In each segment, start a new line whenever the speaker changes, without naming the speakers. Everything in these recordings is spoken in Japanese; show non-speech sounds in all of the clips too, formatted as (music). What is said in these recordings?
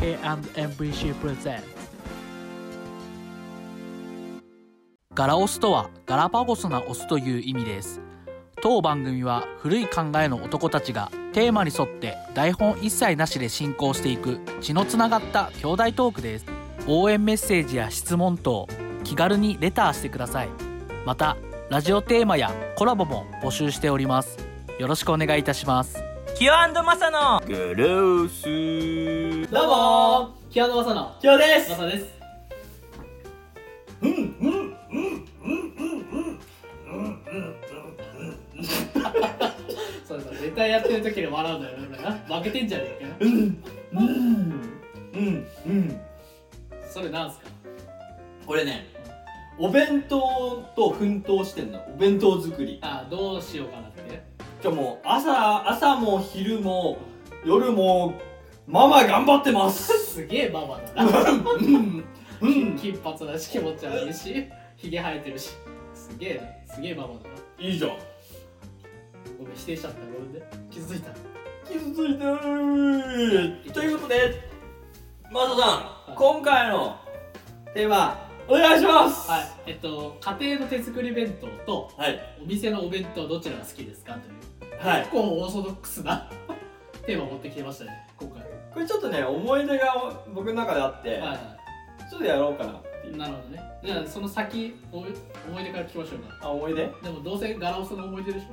K&MBC presents ガラオスとはガラパゴスなオスという意味です当番組は古い考えの男たちがテーマに沿って台本一切なしで進行していく血のつながった兄弟トークです応援メッセージや質問等気軽にレターしてくださいまたラジオテーマやコラボも募集しておりますよろしくお願いいたします
キヨマサの
グルースー
どうもキアノマサの
キヨです
マサですそうそう、ネタやってる時に笑うんだよね、俺な負けてんじゃねえかよ
うんうん
それなんすか
俺ねお弁当と奮闘してんのお弁当作り
あどうしようかなって
じゃあもう朝朝も昼も夜もママ頑張ってます
すげえママだな
うんうん
金髪だし気持ち悪いしひげ生えてるしすげえなすげえママだない
(laughs) いじゃん
ごめん否定しちゃったごめんね気づいた
傷ついてるということでマサさん今回のテーマお願いします
はいえっと家庭の手作り弁当と
はい
お店のお弁当どちらが好きですかという
はい
結構オーソドックスな (laughs) テーマ持ってきてましたね今回
これちょっとね思い出が僕の中であって、
はいは
ちょっとやろうかなってい
いうなるほどねじゃあその先お思い出から聞きましょうか
あ思い出
でもどうせガラオスの思い出でしょ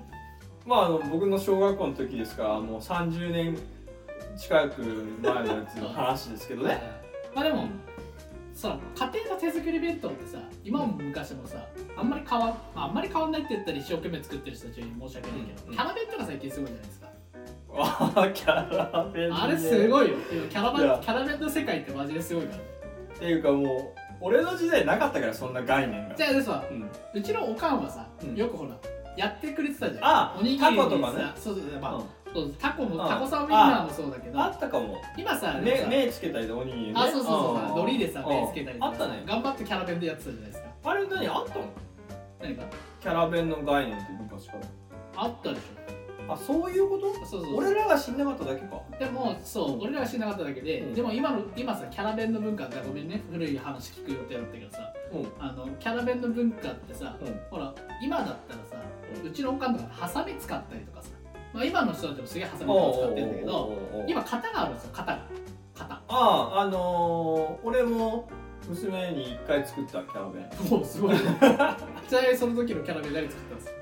まああの僕の小学校の時ですからもう30年近く前のやつの話ですけど
はい
ね (laughs)
はいまあでもさ家庭の手作り弁当ってさ今も昔もさあんまり変わん、まあ、あんまり変わんないって言ったら一生懸命作ってる人たちに申し訳ないけど、
うん
キャラ弁とか最近すごいじゃないですか、
あーキャラ弁ね
あれす
っ
ごいよ今キャラ
い
弁
や
キャラ弁の世界ってマジですごいから
ていうかもう俺の時代なかったからそんな概念が
じゃあでさ
うん、
うちのおかんはさ、
うん
よくほらやってくれてたじゃん
あ
おにぎりにさ
タコとかね
そうそうまあ、
うん
そうタコも
うん
タコさんウインナーもそうだけど
あったかも
今さでも
目
さ
目つけたりでおにぎりね
あそうそうそうさ
ん
海苔でさ
うん
目つけたりと
あ
か
っ
さ
たね
頑張ってキャラ弁でやってたじゃないですか
あれ何あったの
何か
キャラ弁の概念って昔か
あったでし
らあそういうこと
ょそうそう
俺らが死んなかっただけか
でもそう俺らが知らなかっただけで、
うん
でも今の今さキャラ弁の文化ってごめんね古い話聞く予定だったけどさ
うん
あのキャラ弁の文化ってさ、
うん
ほら今だったらさ、
う
うんちのおかんとかハサミ使ったりとかさ、まあ、今の人たちもすげえハサミとか使ってるんだけど
おうおうおうおう
今型があるんですよ型が
(laughs)
型
あああのー、俺も娘に一回作ったキャラ弁
もうすごい (laughs) ちなみにその時のキャラ弁誰作ったんですか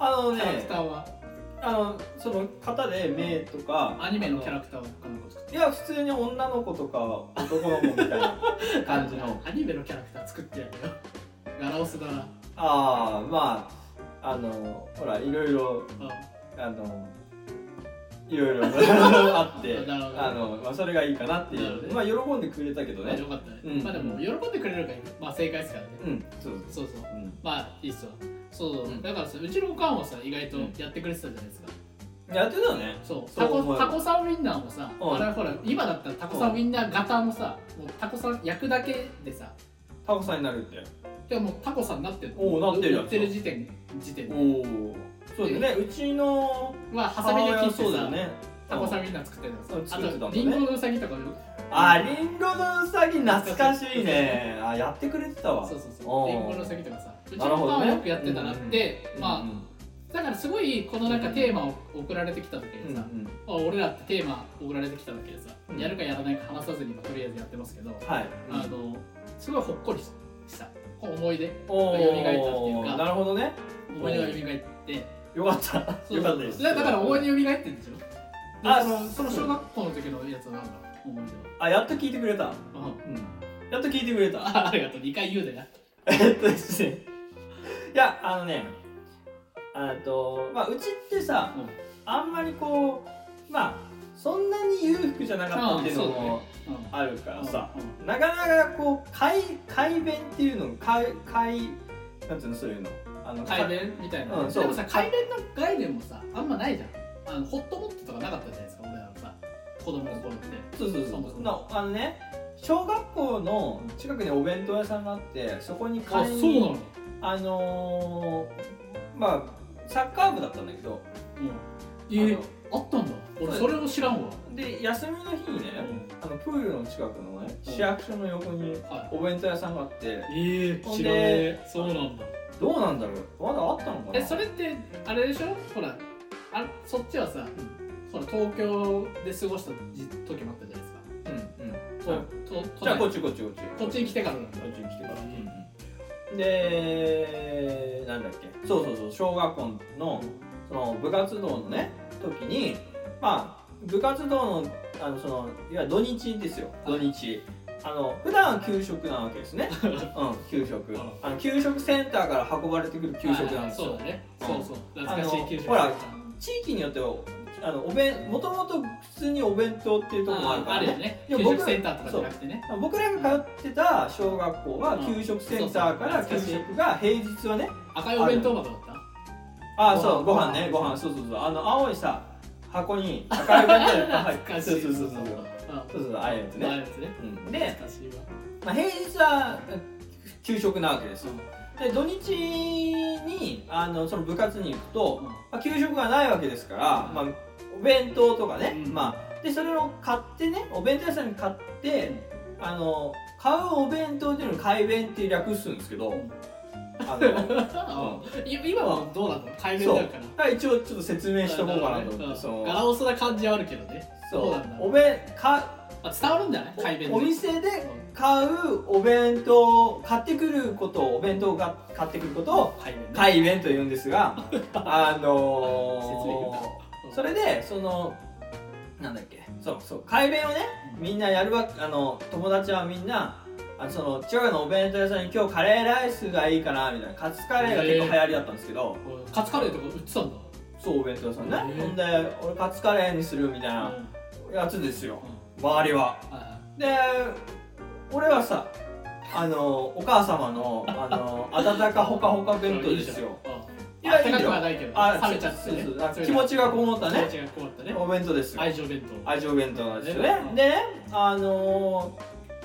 あの
キャラク
ね
ターは
あのその型で目とか
アニメのキャラ
ク
クターは他の子作っ
ターいや普通に女の子とか男の子みたいな
た
感
(laughs)
じの
アニメのキャラクター作ってやるよガラオスだな
ああまああのほらいろいろ
うん
あのいろい (laughs) ろあって
なるほど
あの、まあ、それがいいかなってい
なるほ
う、
ど
まあ喜んでくれたけど
まあ
ね
よかったね、
うん
まあでも喜んでくれるからまあ正解ですからね、
うんそうです、
そうそう
う
まあいいっすわそうそう、
うん
だからさうちのおかんはさ意外と
うん
やってくれてたじゃないですか、
ん、やってたよね
そう
そ
タ
う
コ
思う
タコさんウインナーもさ、
うん
あれはほら今だったらタコさんウインナー型もさ、もうタコさん焼くだけでさ
タコさんになるって
でももうタコさんになってる
おうなってるやつ
売ってる時点時点
お
で
おそうだよねうちの
まあハサミで切って
そうだ
さ、
よね
タコさんウインナー作ったり
うん
とかさ
作ってた
あ
んだ
と
ね
リンゴのウサギとかも
あリンゴのうさぎ懐かしいねあやってくれてたわ
そうそうそう
おう
リンゴのウサギとかさうち
な
の
る
お
ほ
かん
ど
は
ね
よくやってたなって、
うん
まあ、だからすごいこのなんかテーマを送られてきた時
うんう
に
ん
さ、あ俺らってテーマ送られてきた時でさ、
うん
やるかやらないか話さずに今とりあえずやってますけど、
はい
あのすごいほっこりしたこう思い出蘇ったっ
お
ていうか
ーなるほどね
思い出が蘇って
よかった
そう
よかったです
だだから思い出蘇ってんでしょあ
あ
のそ
そう
の小学校の時のやつはなんだ思い出
あやっと聞いてくれた
は、うん
うんやっと聞いてくれた
あありがとう2回言うでな
えっとですねいやあのねあとまあうちってさ
うん
あんまりこうまあそんなに裕福じゃなかったっていうの
うんそうだ
も
ねうん
あるからさ、
うん
なかなかこう改改弁っていうの改改なんていうのそういうのあの
改弁みたいな、
うんそう
でもさ改弁の概念もさあんまないじゃんあのホットモットとかなかったじゃないですか俺らのさ子供の頃って
そうそう
そ
そう
もそうも
なあのね小学校の近くにお弁当屋さんがあってそこに買いに
の
あのー、まあサッカー部だったんだけど、
うんえー、あったんだ
そう
俺
だよ
それを知らんわ
あので休みの日にね、あのプールの近くのね市役所の横に
は
お弁当屋さんがあって
いえー、
ほん
知
で
らねえそうなんだ
どうなんだろうまだあったのかな
えそれってあれでしょほらあそっちはさ、ほら東京で過ごした時時もあったじゃない
うんうん
です
そ
か
う
とと
じゃあこっ
こ
ちこっちこっち
っちに来てからなんだ
こっちに来てから
う
うん
ん
うんでなんだっけそうそうそう小学校のその部活動のね時にまあ部活動のあのそのいわゆる土日ですよ土日あの普段は給食なわけですね
(laughs)
うん給食
うん
あの給食センターから運ばれてくる給食なんです
はいはいそう
よ
だね、
うん
そうそう懐かしい給食
あのほ地域によってはあのお弁もともと普通にお弁当っていうところもある
あ
か
あ
ら
るよ
ね
ね
で
給
も僕
食センターとかじゃなくてね
僕らが通ってた小学校は給食センターから給食が平日はね
赤いお弁当箱だった
ああそう
ご
ご
飯
飯ね
ご
ご
飯
飯そうそうそうあの青いさ箱に赤い弁当いっぱい入
懐
っ
か
て
し
そう
い
そうそうそう
あ
そうそうああいうやつ
あ
ね、
やつね
うん、で、
懐かしいわ
まあ、平日はえ給食なわけですよで土日にあのその部活に行くと、まあ、給食がないわけですから、
うん
まあ、お弁当とかね、
うん
まあ、でそれを買ってねお弁当屋さんに買って、あの買うお弁当っていうのを買い弁って略すんですけど、
ん
あの
あい今はどうなの対面
そう
だから
はい一応ちょっと説明しとこうかなと思って、その
柄押さな感じはあるけどね
そ
そう
う
なんだ
お弁か
あ伝わるんじゃない
お
改弁で
お店で買うお弁当を買ってくることをお弁当が買ってくることを
改弁ね
買い弁と言うんで
(laughs)
すがあ
説明言う
のー、
た
それでそのなんだっけそうそう買い弁をねみんなやるわあの友達はみんなあのその千葉のお弁当屋さんに今日カレーライスがいいかなみたいなカツカレーが結構流行りだったんですけど、
カツカレーとか売ってたんだ
そうお弁当屋さんね、
へー
ほんで俺カツカレーにするみたいな
うん
やつですよ
うん
周りは。
あ
で俺はさあのお母様のあの温かほかほか
あ
弁当ですよ。
いや、高くはないけど、冷めちゃってね
そうそうあ気持ちがこもったね
気持ちがこもったね。
お弁当ですよ
愛情弁当。
愛情弁当なんですよ
う
ね
ん
でねあの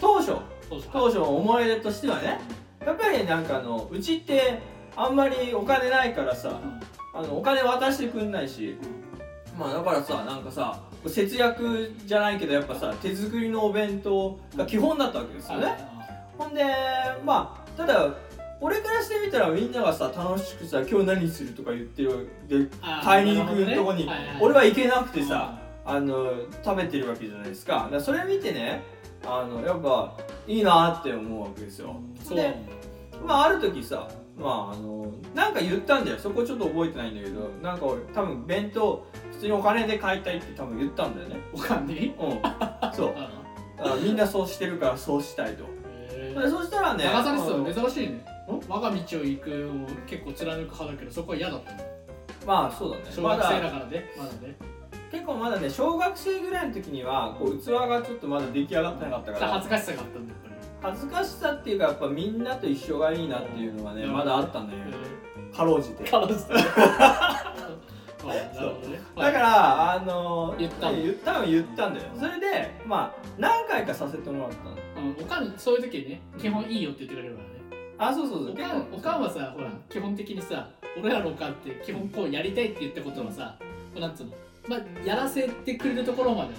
当初
当初
当初の思い出としてはねやっぱりなんかあのうちってあんまりお金ないからさあのお金渡してくんないしまあだからさなんかさ節約じゃないけどやっぱさ手作りのお弁当が基本だったわけですよねほんでまあただ俺からしてみたらみんながさ楽しくさ今日何するとか言ってるで買いに行くとこに俺は行けなくてさ、あの食べてるわけじゃないですかだからそれ見てねあのやっぱいいなって思うわけですよ
そう。
でまあある時さまああのなんか言ったんだよそこちょっと覚えてないんだけどなんか俺多分弁当普通にお金で買いたいって多分言ったんだよね
お金
うんそうあみんなそうしてるからそうしたい (laughs) とでそしたらね
長さですよ、珍しいね。我が道を行くを結構貫く派だけど、そこは嫌だったの。
まあそうだね
小学生だからね、まだね。
結構まだね小学生ぐらいの時にはこう器がちょっとまだ出来上がってなかったか
恥
ら
ずかしさがあったんだ、やっ
(laughs)
ぱり。
恥ずかしさっていうかやっぱみんなと一緒がいいなっていうのはね
うん
まだあったんだよかろうじてだか
彼女 (laughs) だ。なるほどね。
らあのー
言ったの
言ったの言ったんだよそれでまあ何回かさせてもらったの
うん、おかんそういう時ね基本いいよって言ってくれるからね
あそうそうそう
おかんおかんはさほら基本的にさ俺らのおかんって基本こうやりたいって言ったことはさこうなんつうのまあやらせてくれるところまではさ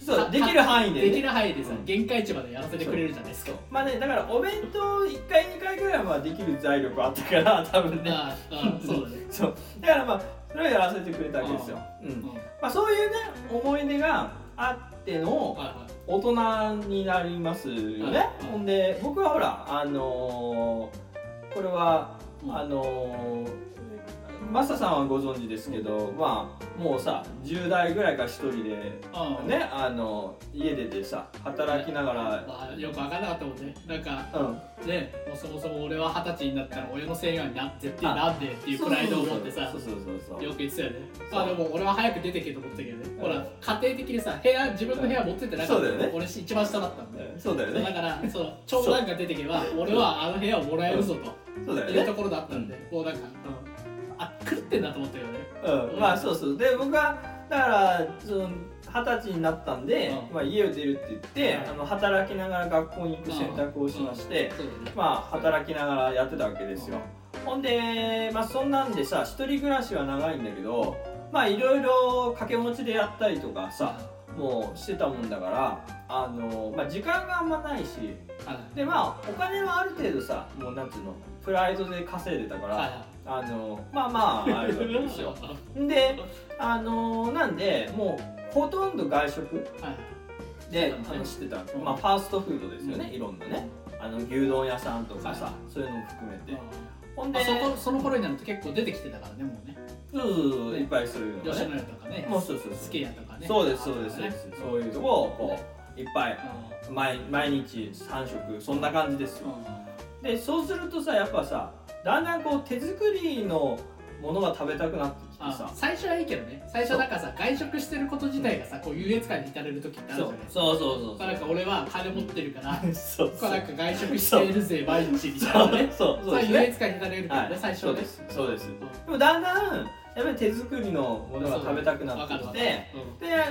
そう
あ
できる範囲で、ね、
できる範囲でさ
うん
限界値までやらせてくれるじゃないですか
まあねだからお弁当1回2回ぐらいはできる財力あったから多分ね
ああああそうだね
(laughs) そうだからまあそれをやらせてくれたわけですよ、うん
うんはい
まあ、そういうね思い出があっての、
は
大人になりますよね、
うん
ほんで僕はほらあのーこれは、
うん
あのーマサさんはご存知ですけど、まあもうさ10代ぐらいから一人で
いうん
ね、あの家出てさ働きながら、
まあよく分かんなかったもんねなんか
うん、
ねもうそもそも俺は二十歳になったら親のせいがな絶対なんでっていうプライドを持ってさ
そうそうそうそう
よく言ってたよね
そう
まあでも俺は早く出てけと思ってたけどね
ん
ほら家庭的にさ部屋自分の部屋持ってってなかった
そうだよね
俺一番下だったんで
うんそうだよ
だ
ね
からその長男が出てけば俺はあの部屋をもらえるぞと
そうだよ
いう
ね
ところだったんでもうなんかうんあ狂ってんなと思ったよね
うん、まあそうそうで僕はだからその二十歳になったんで、
うん
まあ、家を出るって言って、
うん
あの働きながら学校に行く選択をしまして、
そうだね
まあ働きながらやってたわけですよ、ほんでまあそんなんでさ一人暮らしは長いんだけどまあいろいろ掛け持ちでやったりとかさもうしてたもんだからああの、まあ、時間があんまないし
はい
でまあお金はある程度さもうなんつうのプライドで稼いでたから、
はいは
あのまあまああるわけで
(laughs)
すよであのなんでもうほとんど外食
いはい
で
そうだね
あの知ってた、
うん
まあ、ファーストフードですよね、
うん
いろんなねあの牛丼屋さんとかさ、
はい
そういうのも含めて、ほんで
あそこその頃になると結構出てきてたからねもうね
そうそうそう
ね
いっぱいそういうのが
吉
ね
野家とかね
もうそうそう
ス
そ
ケ
う
ヤとかね
そうですそうです
あとか
そう
ね
ですそういうとこをこういっぱい
うん
毎毎日3食そんな感じですよでそうするとさやっぱさだんだんこう手作りのものが食べたくなってきて
あ
さ
最初はいいけどね最初なんかさ外食してること自体がさこう優越感に至れる時ってあるじゃな
そう
いですか
そうそうそうそう
なんか俺は金持ってるからこ
そう
うなんか外食してるぜ毎日みたいなね
そう
そういう優越感になれるけど
は
ね
い
最初
そう
は
で
ね
すそうですでもだんだんやっぱり手作りのものが食べたくなってきてで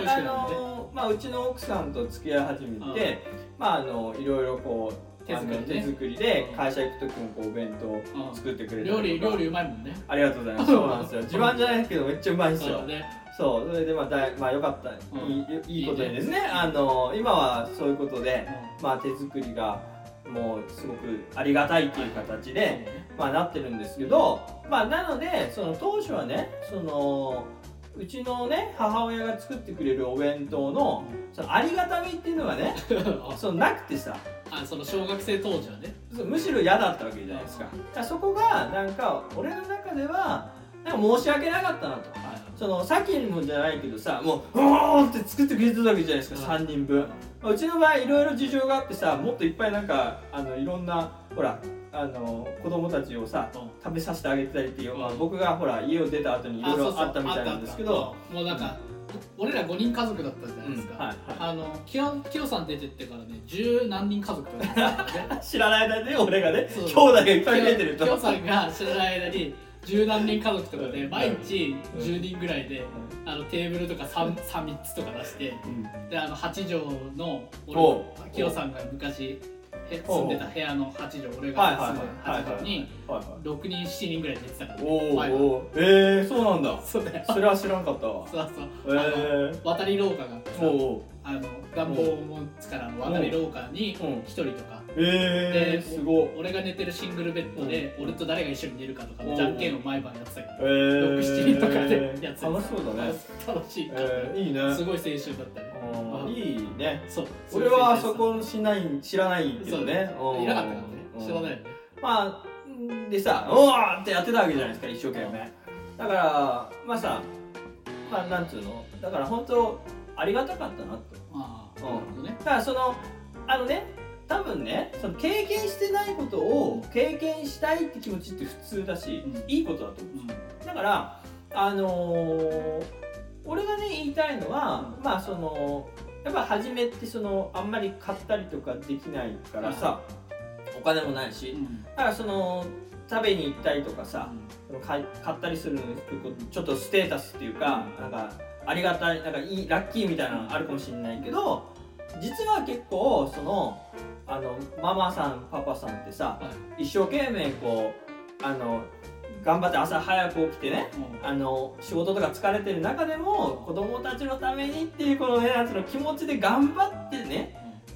あのまあうちの奥さんと付き合い始めてまああのいろいろこう
手作りね
あの手作りで
うん
会社行く時もこうお弁当作ってくれたりと
料
か
理料理うまいもんね
ありがとうございますそうなんですよ自慢じゃないけどめっちゃうまいんです
そう
よ
だね
そうそれでまあだいまあよかった、
うん
いいいいことにですねあの今はそういうことで、まあ、手作りがもうすごくありがたいっていう形で、まあ、なってるんですけど、まあ、なのでその当初はねそのうちのね母親が作ってくれるお弁当のそのありがたみっていうのが
(laughs)
ねそのなくてさ
あその小学生当時はね
そうむしろ嫌だったわけじゃないですかだからそこがなんか俺の中ではなんか申し訳なかったなと。そのさっきもじゃないけどさもう「うおー!」って作ってくれてたわけじゃないですか
うん
3人分うちの場合いろいろ事情があってさもっといっぱいなんかあのいろんなほらあの子供たちをさ食べさせてあげてたりっていう、まあ
うん
僕がほら家を出た後にいろいろあったみたいなんですけど
もうなんか俺ら5人家族だったじゃな
う
い
ん
ですか
はいは
あのキヨキヨさん出てってからね十何人家族とかですから
(laughs)
ね
い知らない間で俺がね
そう
兄弟がいっぱい出てる
キヨ
と
さんが知らない間に十何人家族とかで
うん
毎日10人ぐらいで、あのテーブルとか 3, 三3つとか出して
うん
であの8畳の
おう
俺キヨさんが昔へ住んでた部屋の8畳俺
はい
が住
はい
んでた
はい
8畳に
はいはい
6人7人ぐらい寝てたから、ね、
お
前
ー
は
おーえー、そうなんだ
そうだよ
それは知らんかったわ
そうそう、
えー
あの渡り廊下があってさ
おうおう
あの願望を持つからの渡り廊下に
うん
1人とかで
えー、すごっ
俺が寝てるシングルベッドで俺と誰が一緒に寝るかとかのじゃんけんを毎晩やってたけど
えー、
67人とかでやってた
楽しそうだね、
(laughs) 楽しいから
えー、いいね
すごい青春だったね
うんいいね
そう
俺はあそ
そう
こしない知らないけ
い
ど
う青春
ね
そう
うん
いなかったからね知らないよね
まあでさ「うわ!」ってやってたわけじゃないですか一生懸命だからまあさまあなんつうのだから本当ありがたかったなと
ああ
うん
なるほどね
だからそのあのね多分ねその経験してないことを経験したいって気持ちって普通だし、
うん
いいことだと思
うん
うだからあのー俺がね言いたいのは、まあそのやっぱ初めってそのあんまり買ったりとかできないからさ、お金もないし、
うん
だからその食べに行ったりとかさ、買い買ったりするのにちょっとステータスっていうか、なんかありがたいなんかいいラッキーみたいなのあるかもしれないけど実は結構そのあのママさんパパさんってさ
は
一生懸命こうあの頑張って朝早く起きてね
いもう
あの仕事とか疲れてる中でも子供たちのためにっていうこのねなんつうの気持ちで頑張ってね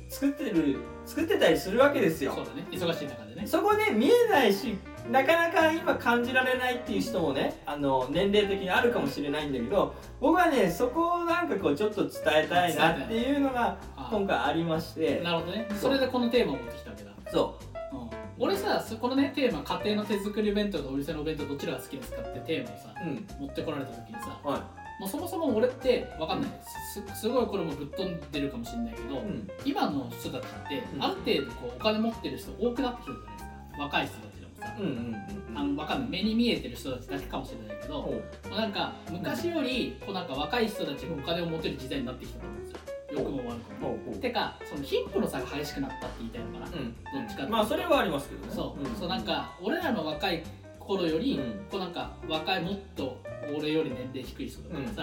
作ってる作ってたりするわけですよ
そう。だね忙しい中でね
そこね見えないしなかなか今感じられないっていう人もねあの年齢的にあるかもしれないんだけど僕はねそこをなんかこうちょっと伝えたいなっていうのが
あ
今回ありまして
あなるほどね
そう
それでこのテーマを持ってきたわけだ
そ
うん俺さそこのねテーマ家庭の手作り弁当とお店のお弁当どちらが好きですかってテーマをさ
ううん
持ってこられた時にさ
は
もうそもそも俺ってわかんないすすすごいこれもぶっ飛んでるかもしれないけど、
いうん
今の人たちって
うん
ある程度こうお金持ってる人多くなってきてるじゃないですか若い人たちでもさ、
うんうん
あのわかんない目に見えてる人たちだけかもしれないけど、もうなんか昔よりこうなんか若い人たちがお金を持てる時代になってきたと思うんですよ良くも悪くも。
ほうほう
てかその貧富の差が激しくなったって言いたいのかな、どっちかっていう
う
と
んまあそれはありますけどね
そう、
ん
そうなんか俺らの若い頃より、
うん
こうなんか若いもっと俺より年齢低い人と
うん
か
うん
さ、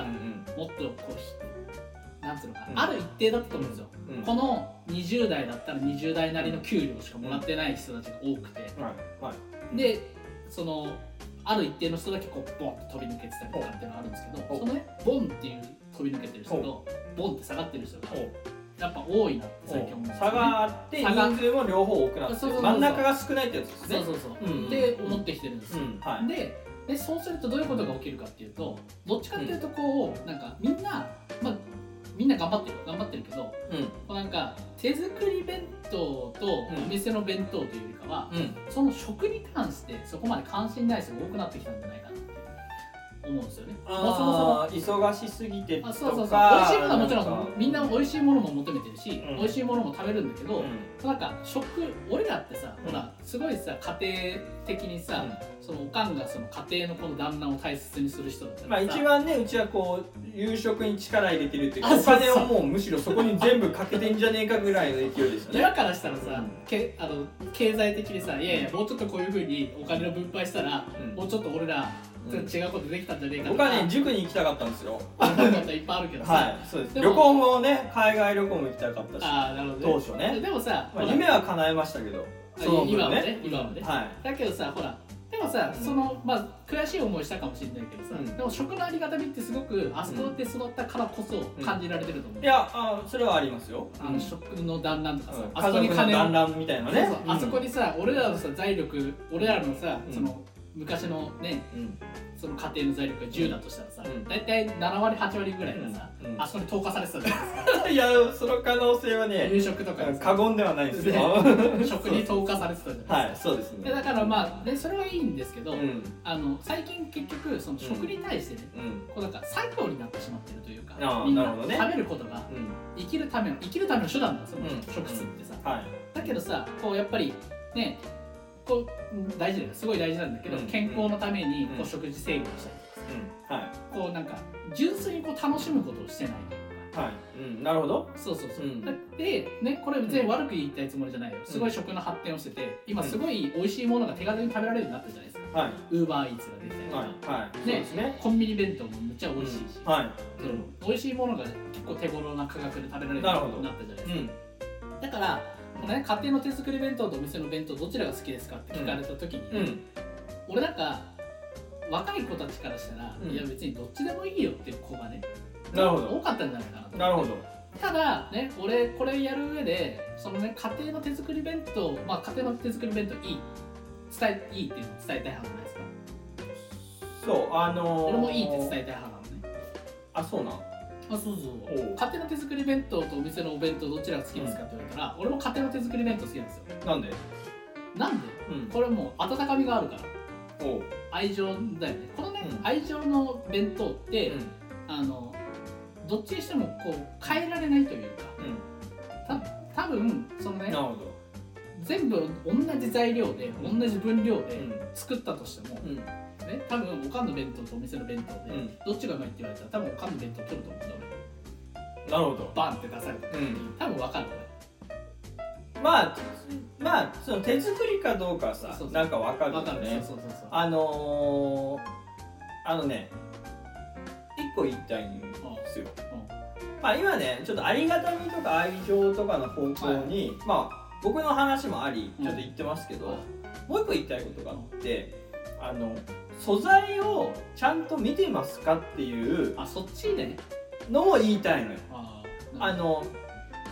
もっとこうひなんつうのかな、
うん
ある一定だったと思うんですよ、
うんうん
この20代だったら20代なりの給料しかもらってない人たちが多くて、
はいはい
でそのある一定の人だけこうボンって飛び抜けてたりとかっていうのがあるんですけ
ほ
どそ
う
のねボンっていう飛び抜けてる人とボンって下がってる人が
ほう
やっぱ多いなって最近思うんですよ
差があって
差が
人数も両方多くなって
そうそうそうそう
真ん中が少ないってやつですね
そうそうそう、
うんうん
って思ってきてるんですよ、
うんはい
ででそうするとどういうことが起きるかっていうとどっちかっていうとこう、なんかみんな、まあ、みんな頑張ってる頑張ってるけど
うん
こうなんか手作り弁当と
うん
お店の弁当というよりかは、
うん
その食に関してそこまで関心ない人が多くなってきたんじゃないかなって思うんですよね。もうそもそも
あー忙しすぎてと
あ
か
そうそうそう美味しいものはもちろ
なんか
んみんな美味しいものも求めてるし、
うん
美味しいものも食べるんだけど、
う
なんか食俺らってさ、
うん
ほらすごいさ家庭的にさ、そのおかんがその家庭のこの旦那を大切にする人だったら
んまあ一番ねうちはこう夕食に力入れてるっていう
あ
かお金
そうそ
を
う
もうむしろそこに全部かけてんじゃねえかぐらいの勢いですよね
親からしたらさ、けあの経済的にさいやいやもうちょっとこういうふうにお金の分配したら、
うん
もうちょっと俺ら、
うん
違うことできたんじゃねえかと
僕はね塾に行きたかったんですよ
思うこといっぱいあるけどさ、
はいそうです
でも
旅行もね海外旅行も行きたかったし
ああなるほど、
当初ね
でもさ、
まあ
ほら
夢は叶えましたけど
あ
その分
今はね今はね
はい
だけどさほらでもさ、
うん
そのまあ悔しい思いしたかもしれないけどさ、
うん
でも食のありがたみってすごくあそこで育ったからこそ
うん
感じられてると思う、
いやあそれはありますよ
あの食の団らんとかさ、
うん
あ
家
そこに
族の
金を
団らんみたいな
そう
ね
そうあそこにさ俺らのさ財力俺らのさ、
うん
その昔のね
うん (laughs)
その家庭の財力が10だとしたらさ、
うん
大体7割8割ぐらいがさ、
うん
あそこに投下されてたじゃない
(laughs)
ですか
いやその可能性はね
夕食とかにさ
過言ではないですよ
食に投下されてたじゃない
(laughs) は
で
い
す
そうです
か、
ね
でだからまあ、ね、それはいいんですけど、
うん
あの最近結局その食に対してね、
うん
こうなんか作業になってしまってるというか
あー
みん
な
な
るほどね
食べることが
うん
生きるための生きるための手段だその
うん
食事ってさ、
はい
だけどさこうやっぱりねこううん大事だよすごい大事なんだけど、
うん
健康のために
うん
こう食事制限をしたりとか
うんは
さこうなんか純粋にこう楽しむことをしてないという
いはいうんなるほど
かそうそうそう、
うん
だってねこれ全然悪く言いたいつもりじゃないよすごい食の発展をしてて今すごい美味しいものが手軽に食べられるようになったじゃないですか
はい
ウーバーイーツが出てたりとか、
はいはいそう
ね
ですね
コンビニ弁当もめっちゃ美味しいし、
うんはい
そう美味しいものが結構手頃な価格で食べられる
なる
よ
ほ
う
ど
になったじゃないです
う
か、
ん
だからこの、ね、家庭の手作り弁当とお店の弁当どちらが好きですかって聞かれた時に、
うん
俺なんか若い子たちからしたら、
うん
いや別にどっちでもいいよっていう子がね
なるほ
多
ど
かったんじゃないかなと
なるほど
ただね俺これやる上でそのね家庭の手作り弁当まあ家庭の手作り弁当いい伝えいいっていうのを伝えたい派じゃないですか
そうあのー
俺もいいって伝えたい派なのね
あそうなん
あそうそ
おう
家庭の手作り弁当とお店のお弁当どちらが好きですかって言われたら、俺も家庭の手作り弁当好きなんですよ
なんで
なんで
うん
これもう温かみがあるから
おう
愛情だよねこのね、
うん
愛情の弁当って、
うん
あのどっちにしてもこう変えられないというか
うん
た多分そのね
なるほど
全部同じ材料で
うん
同じ分量で
うん
作ったとしても、
うん
ね、多分おかんの弁当とお店の弁当で、
うん
どっちがうまいって言われたら多分おかんの弁当取ると思うんだ俺
なるほど
バンって出されて
うん
多分分かる
まあまあその手作りかどうかはさ
そうそう
なんかわか
俺
るよ
分かる
ね
そうそうそうそう
あのー、あのね一個言いたいんですよ、まあ、今ねちょっとありがたみとか愛情とかの方向に、まあ僕の話もあり
うん
ちょっと言ってますけど、
うん
もう一個言いたいことがあってあの素材をちゃんと見てますかっていう
あそっちね
のも言いたいのよ
あ
あの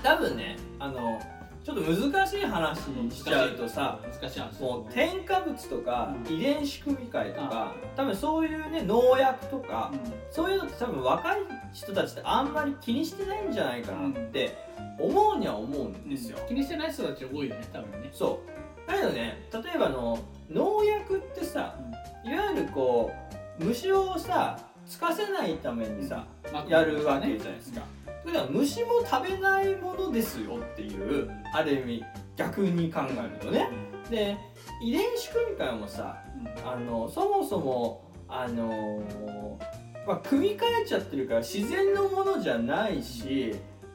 多分ねあのちょっと難しい話にしちゃうとさ
難しい話
もう添加物とか
う
遺伝子組み換えとか多分そういうね農薬とか
う
そういうのって多分若い人たちってあんまり気にしてないんじゃないかなって思うには思うん
ん
ですよ。
気にしてない人たち多いよね多分ね
そうだけどね例えばあの農薬ってさいわゆるこう虫をさつかせないためにさやるわけじゃないですか。ということは虫も食べないものですよっていうある意味逆に考えるとね。で遺伝子組み換えもさあのそもそもあのーまあ、組み替えちゃってるから自然のものじゃないし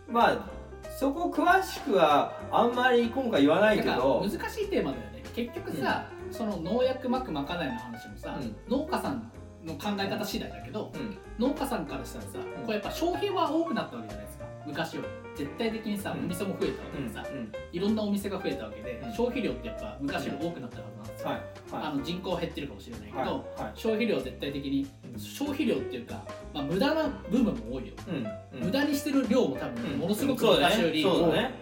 まあそこ詳しくはあんまり今回言わない
だ
け
から
ど
難しいテーマだよね結局さ、その農薬まくまかないの話もさ、
うん
農家さんの考え方次第だけど、
うん
農家さんからしたらさ、これやっぱ消費は多くなったわけじゃないですか昔より絶対的にさ、
うん
お店も増えたわけでさ、いろんなお店が増えたわけで、
うん
消費量ってやっぱ昔より多くなったはずなんですよ、
はい
あ
は
の人口は減ってるかもしれないけ
い
ど、
はいはい
消費量は絶対的に
うん
消費量っていうかまあ、無駄な部分も多いよ、
うんうん
無駄にしてる量も多
う
分
ん
ものすごく
そうだ
昔よ
ね
り
そうだね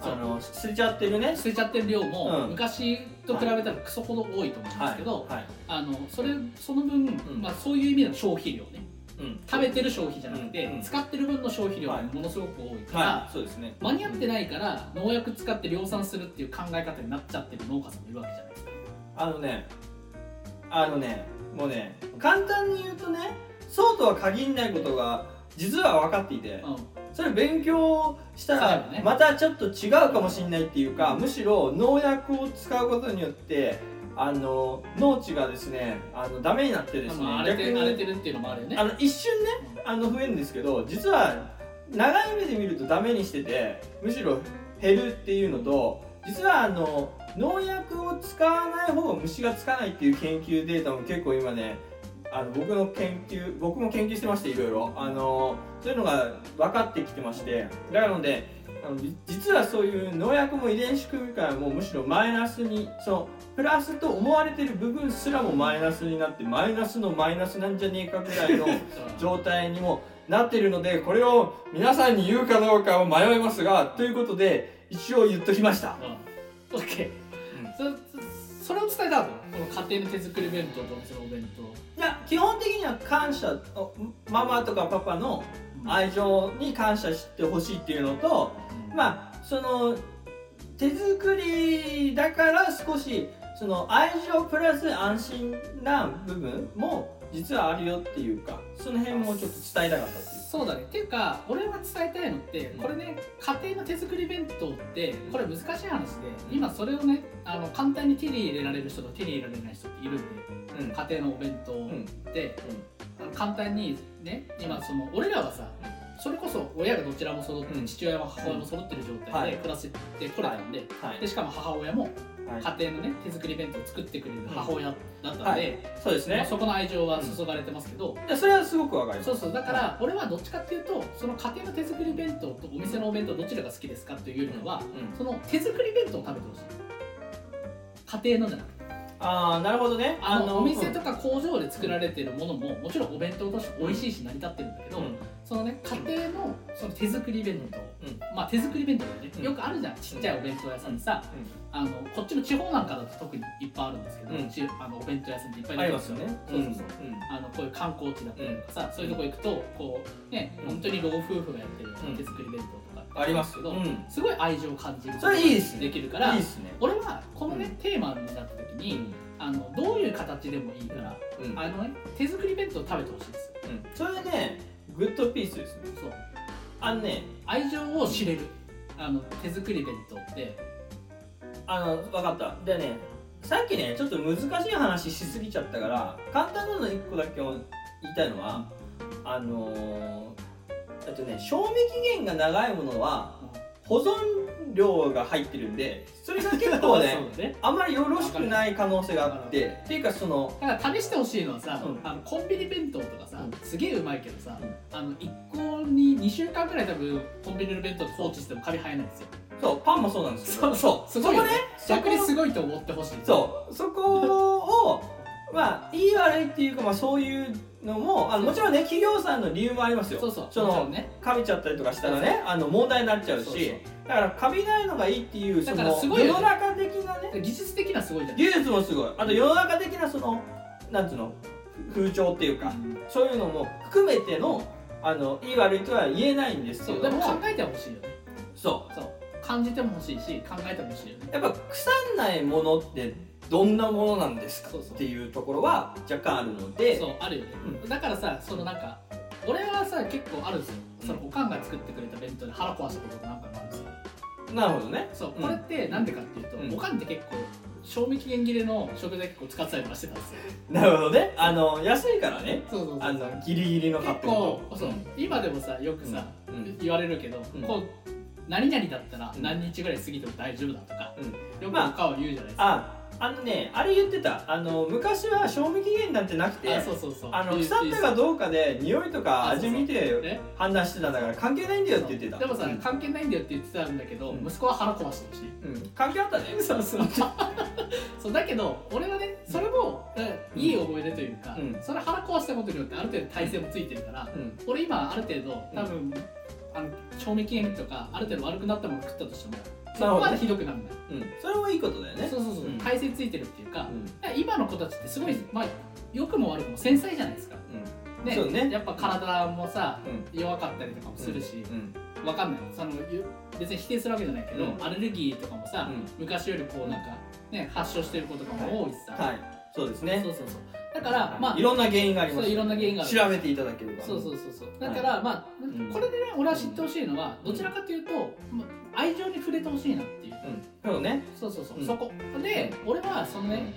あ
そう
の捨てちゃってるね
捨てちゃってる量も
うん
昔と比べたらクソほど多いと思うんですけど、
はい
あのそれその分、まあ、そういう意味での消費量ね
うん
食べてる消費じゃなくて、
うんうん
使ってる分の消費量がものすごく多いから、
はいそうですね
間に合ってないから農薬使って量産するっていう考え方になっちゃってる農家さんもいるわけじゃないですか
あのねあのねもうね簡単に言うとねそうとは限んないことが実は分かっていて
うん
それ勉強した
そうだ
ら
よね
またちょっと違うかもしれないっていうかむしろ農薬を使うことによってあの農地がですねあのダメになってですね
まあ、荒れて
逆に
荒れてるっていうのもあるよね
あの一瞬ねあの増えるんですけど実は長い目で見るとダメにしててむしろ減るっていうのと実はあの農薬を使わない方が虫がつかないっていう研究データも結構今ねあの僕の研究僕も研究してましていろいろあのそういうのが分かってきてましてなのであのじ実はそういう農薬も遺伝子組み換えもむしろマイナスにそのプラスと思われてる部分すらもマイナスになってマイナスのマイナスなんじゃねえかぐらいの
そう
状態にもなっているのでこれを皆さんに言うかどうかは迷いますがということで一応言っときました
うん OK、そそれを伝えたのこの家庭の手作り弁当とお店のお弁
いや基本的には感謝おママとかパパの
当、
愛情に感謝してほしいっていうのと
まあ
まあその手作りだから少しその愛情プラス安心な部分も実はあるよっていうかその辺もちょっと伝えたかったっていう
そうだねっていうか俺が伝えたいのって
うん
これね家庭の手作り弁当ってこれ難しい話で今それをねあの簡単に手に入れられる人と手に入れられない人っているんで
うん
家庭のお弁当
うん
って、あの簡単にね今その俺らはさそれこそ親がどちらも揃って、
うん
父親も母親も揃ってる状
は
態
い
で暮らせてこれたんで,、
はい
でしかも母親も
はい
家庭のね手作り弁当を作ってくれる母親だったので、
はいそうです
まあ
ね
そこの愛情は注がれてますけど、
いやそれはすごくわかります
そうそうだから俺はどっちかっていうとその家庭の手作り弁当とお店のお弁当どちらが好きですかというよりかは、
うん
その手作り弁当を食べてほしい家庭のじゃなくて
ああなるほどね
あのお店と
か
か工場で作られてるものももちろんお弁当として美味しいし成り立ってるんだけど、そのね家庭のその手作り弁当、
うん
まあ手作り弁当だよね、
うん
よくあるじゃんちっちゃいお弁当屋さんでさ、あのこっちの地方なんかだと特にいっぱいあるんですけど、
うん
ちあのお弁当屋さんっていっぱい
あ
出
り
て
ますよね
そうそうそう、
うん
あのこういう観光地だったりとかさ、そういうとこ行くとこうね
うん
本当に老夫婦がやってる
うん
手作り弁当とか
あります
け
け
ど、
ど、うん
すごい愛情を感じる
それいいですね
できるから
いいですね
俺はこのね、
うん
テーマになった時に、あのどういう形でもいいから、
うん
あのね手作り弁当を食べてほしいですよ
うんそれねグッドピースですね
そう
あのね
愛情を知れる、あの手作り弁当って
あの分かったでねさっきねちょっと難しい話しすぎちゃったから簡単なの1個だけ言いたいのはあのー、えっとね賞味期限が長いものは保存量が入ってるんでそれが結構ね
(laughs) そうだね
あんまりよろしくない可能性があってっていうかその
だから試してほしいのはさ、
うん
あのコンビニ弁当とかさ、
うん
すげえうまいけどさ、あの1個に2週間ぐらい多分コンビニの弁当放置してもカビ生えないんですよ
そうパンもそうなんですけど
そうす
そ
ご
こ
い
ね
よね
そこ
逆にすごいと思ってほしい
そうそこをまあいい悪いっていうか、まあ、そういうのもあのもちろんね企業さんの理由もありますよ
そうそう
そ
もちろん
の
ね
かみちゃったりとかしたらねあの問題になっちゃうし
そうそう
だからかみないのがいいっていうそ
だから
の
すごいよね
世の中的なね
技術的なすごいじゃない
技術もすごいあと世の中的なそのなんつうの風潮っていうかそういうのも含めてのあのいい悪いとは言えないんですけ
そ
れ
うで
ど
も
も
考えてほしいよね
そう
そう感じてもほしいし考えてもほしいよね
やっぱ腐んないものってどんなものなんですか
そうそう
っていうところは若干あるので
そうあるよね、だからさそのなんか俺はさ結構あるんですよ、そのおかんが作ってくれた弁当で腹壊したことなんかもあるんですよ
なるほどね
そう
うん
これってなんでかっていうと、
うん
おかんって結構賞味期限切れの食材結構使ってたりとかしてたんですよ
なるほどねあの安いからね
そうそうそう
あのギリギリの買っ
結
てると
構そう、今でもさよくさ、
うんうん
言われるけど、
うん
こう何々だったら
うん
何日ぐらい過ぎても大丈夫だとか、よく
まあ
他は言うじゃないですか、
ああのねあれ言ってたあの昔は賞味期限なんてなくて
あそうそうそう
あの
言う
腐ったかどうかで匂いとか
あそうそ
味
う
見て
ね
判断してたんだから関係ないんだよって言ってた
でもさ、
うん
関係ないんだよって言ってたんだけど、
うん
息子は腹壊してほしい
うん関係あった (laughs) ね
そうそうそうだけど俺はねそれも、うんいい思い出というか、
うん
それ腹壊したことによってある程度体勢もついてるから、
うん
俺今ある程度多分、あの賞味期限とかある程度悪くなったもの食ったとしてもそこまでひどくなるんだよ、
うんそれもいいことだよね
そうそうそう、
うん
体勢ついてるっていうか,、
うん
今の子たちってすごいまあ良くも悪くも繊細じゃないですかね
そうね
やっぱ体もさ
うんうん
弱かったりとかもするし、
うん
わかんないそのゆ別に否定するわけじゃないけど、
うん
アレルギーとかもさ、
うん
昔よりこうなんかね発症してる子とかも多いしさ、
はいそうですね
そうそうそうだからまあ
いろんな原因がありま
そう
す
いろんな原因がある
調べていただければ
そうそううそうそうだから、まあ
ん
これでね俺は知ってほしいのはどちらかというと、まあ愛情に触れてほしいなっていう
うんそうね
そうそうそう、
うん
そこで俺はそのね、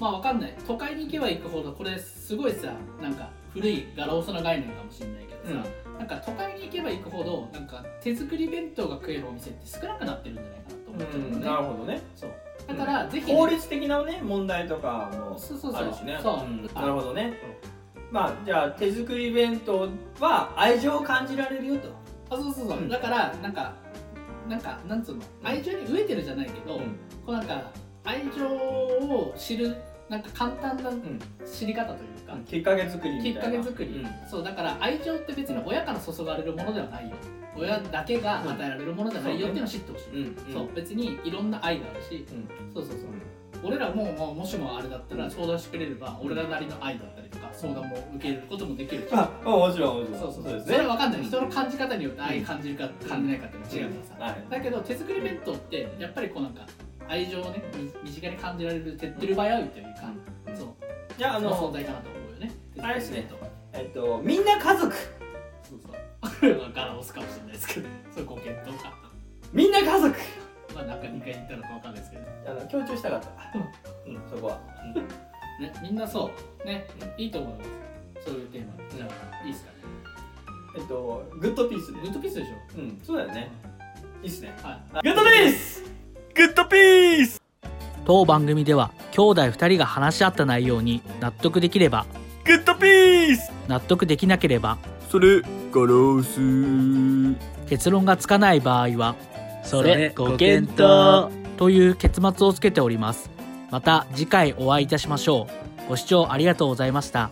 まあわかんない都会に行けば行くほどこれすごいさなんか古いガラオスな概念かもしれないけどさ、なんか都会に行けば行くほどなんか手作り弁当が食えるお店って少なくなってるんじゃないかなと
う
思っちゃうの
ん
ね、
なるほどね
そうだから、ぜひね、
法律的なね問題とかも
そうそうそう
あるしね
そう、
んなるほどね
そ
まあじゃあ手作り弁当は愛情を感じられるよと
あそうそうそう、
うん
だからなんかなんかなんつうの愛情に飢えてるじゃないけど、
うん
こうなんか愛情を知るなんか簡単なん知り方というか、
きっかけ作りみた
き
い
っ
な
かけ作り、そうだから愛情って別に親から注がれるものではないよ親だけが与えられるものじゃないよっていうのを知ってほしい、
うんうん
そう別にいろんな愛があるし、
う
そうそうそううん俺らも、まあ、もしもあれだった
う
ら
ん
相談してくれれば、俺らなりの愛だったりとか相談も受けることもできるし、
あもちろんもちろん
そうそうそう
です
それ
ね
は分かんない人の感じ方によって愛感じるか感じないかっていうのは違うからさ、
はい
だけど手作り弁当ってやっぱりこうなんか愛情をねみ身近に感じられる手っ取り早いというか、
うん
そう
じゃああ
あの
の
存在かなと思うよね
あれですね
手作り弁
えっとみんな家族
当そうそうまあ柄を押すかもしれないですけど (laughs) そうご検討か
みんな家族
まあなんか2回言ったのか分かんないですけどね
あの強調したかったうんそこは
みんなそうねいいと思いますそういうテーマでじゃあいいですかね
えっとグッドピースで
グッドピースでしょ
うんそうだよねいいっすね
はい
グッドピース
グッドピース
当番組では兄弟2人が話し合った内容に納得できれば
グッドピース
納得できなければ
それガラス
結論がつかない場合はそ
れご検討
という結末をつけておりますまた次回お会いいたしましょうご視聴ありがとうございました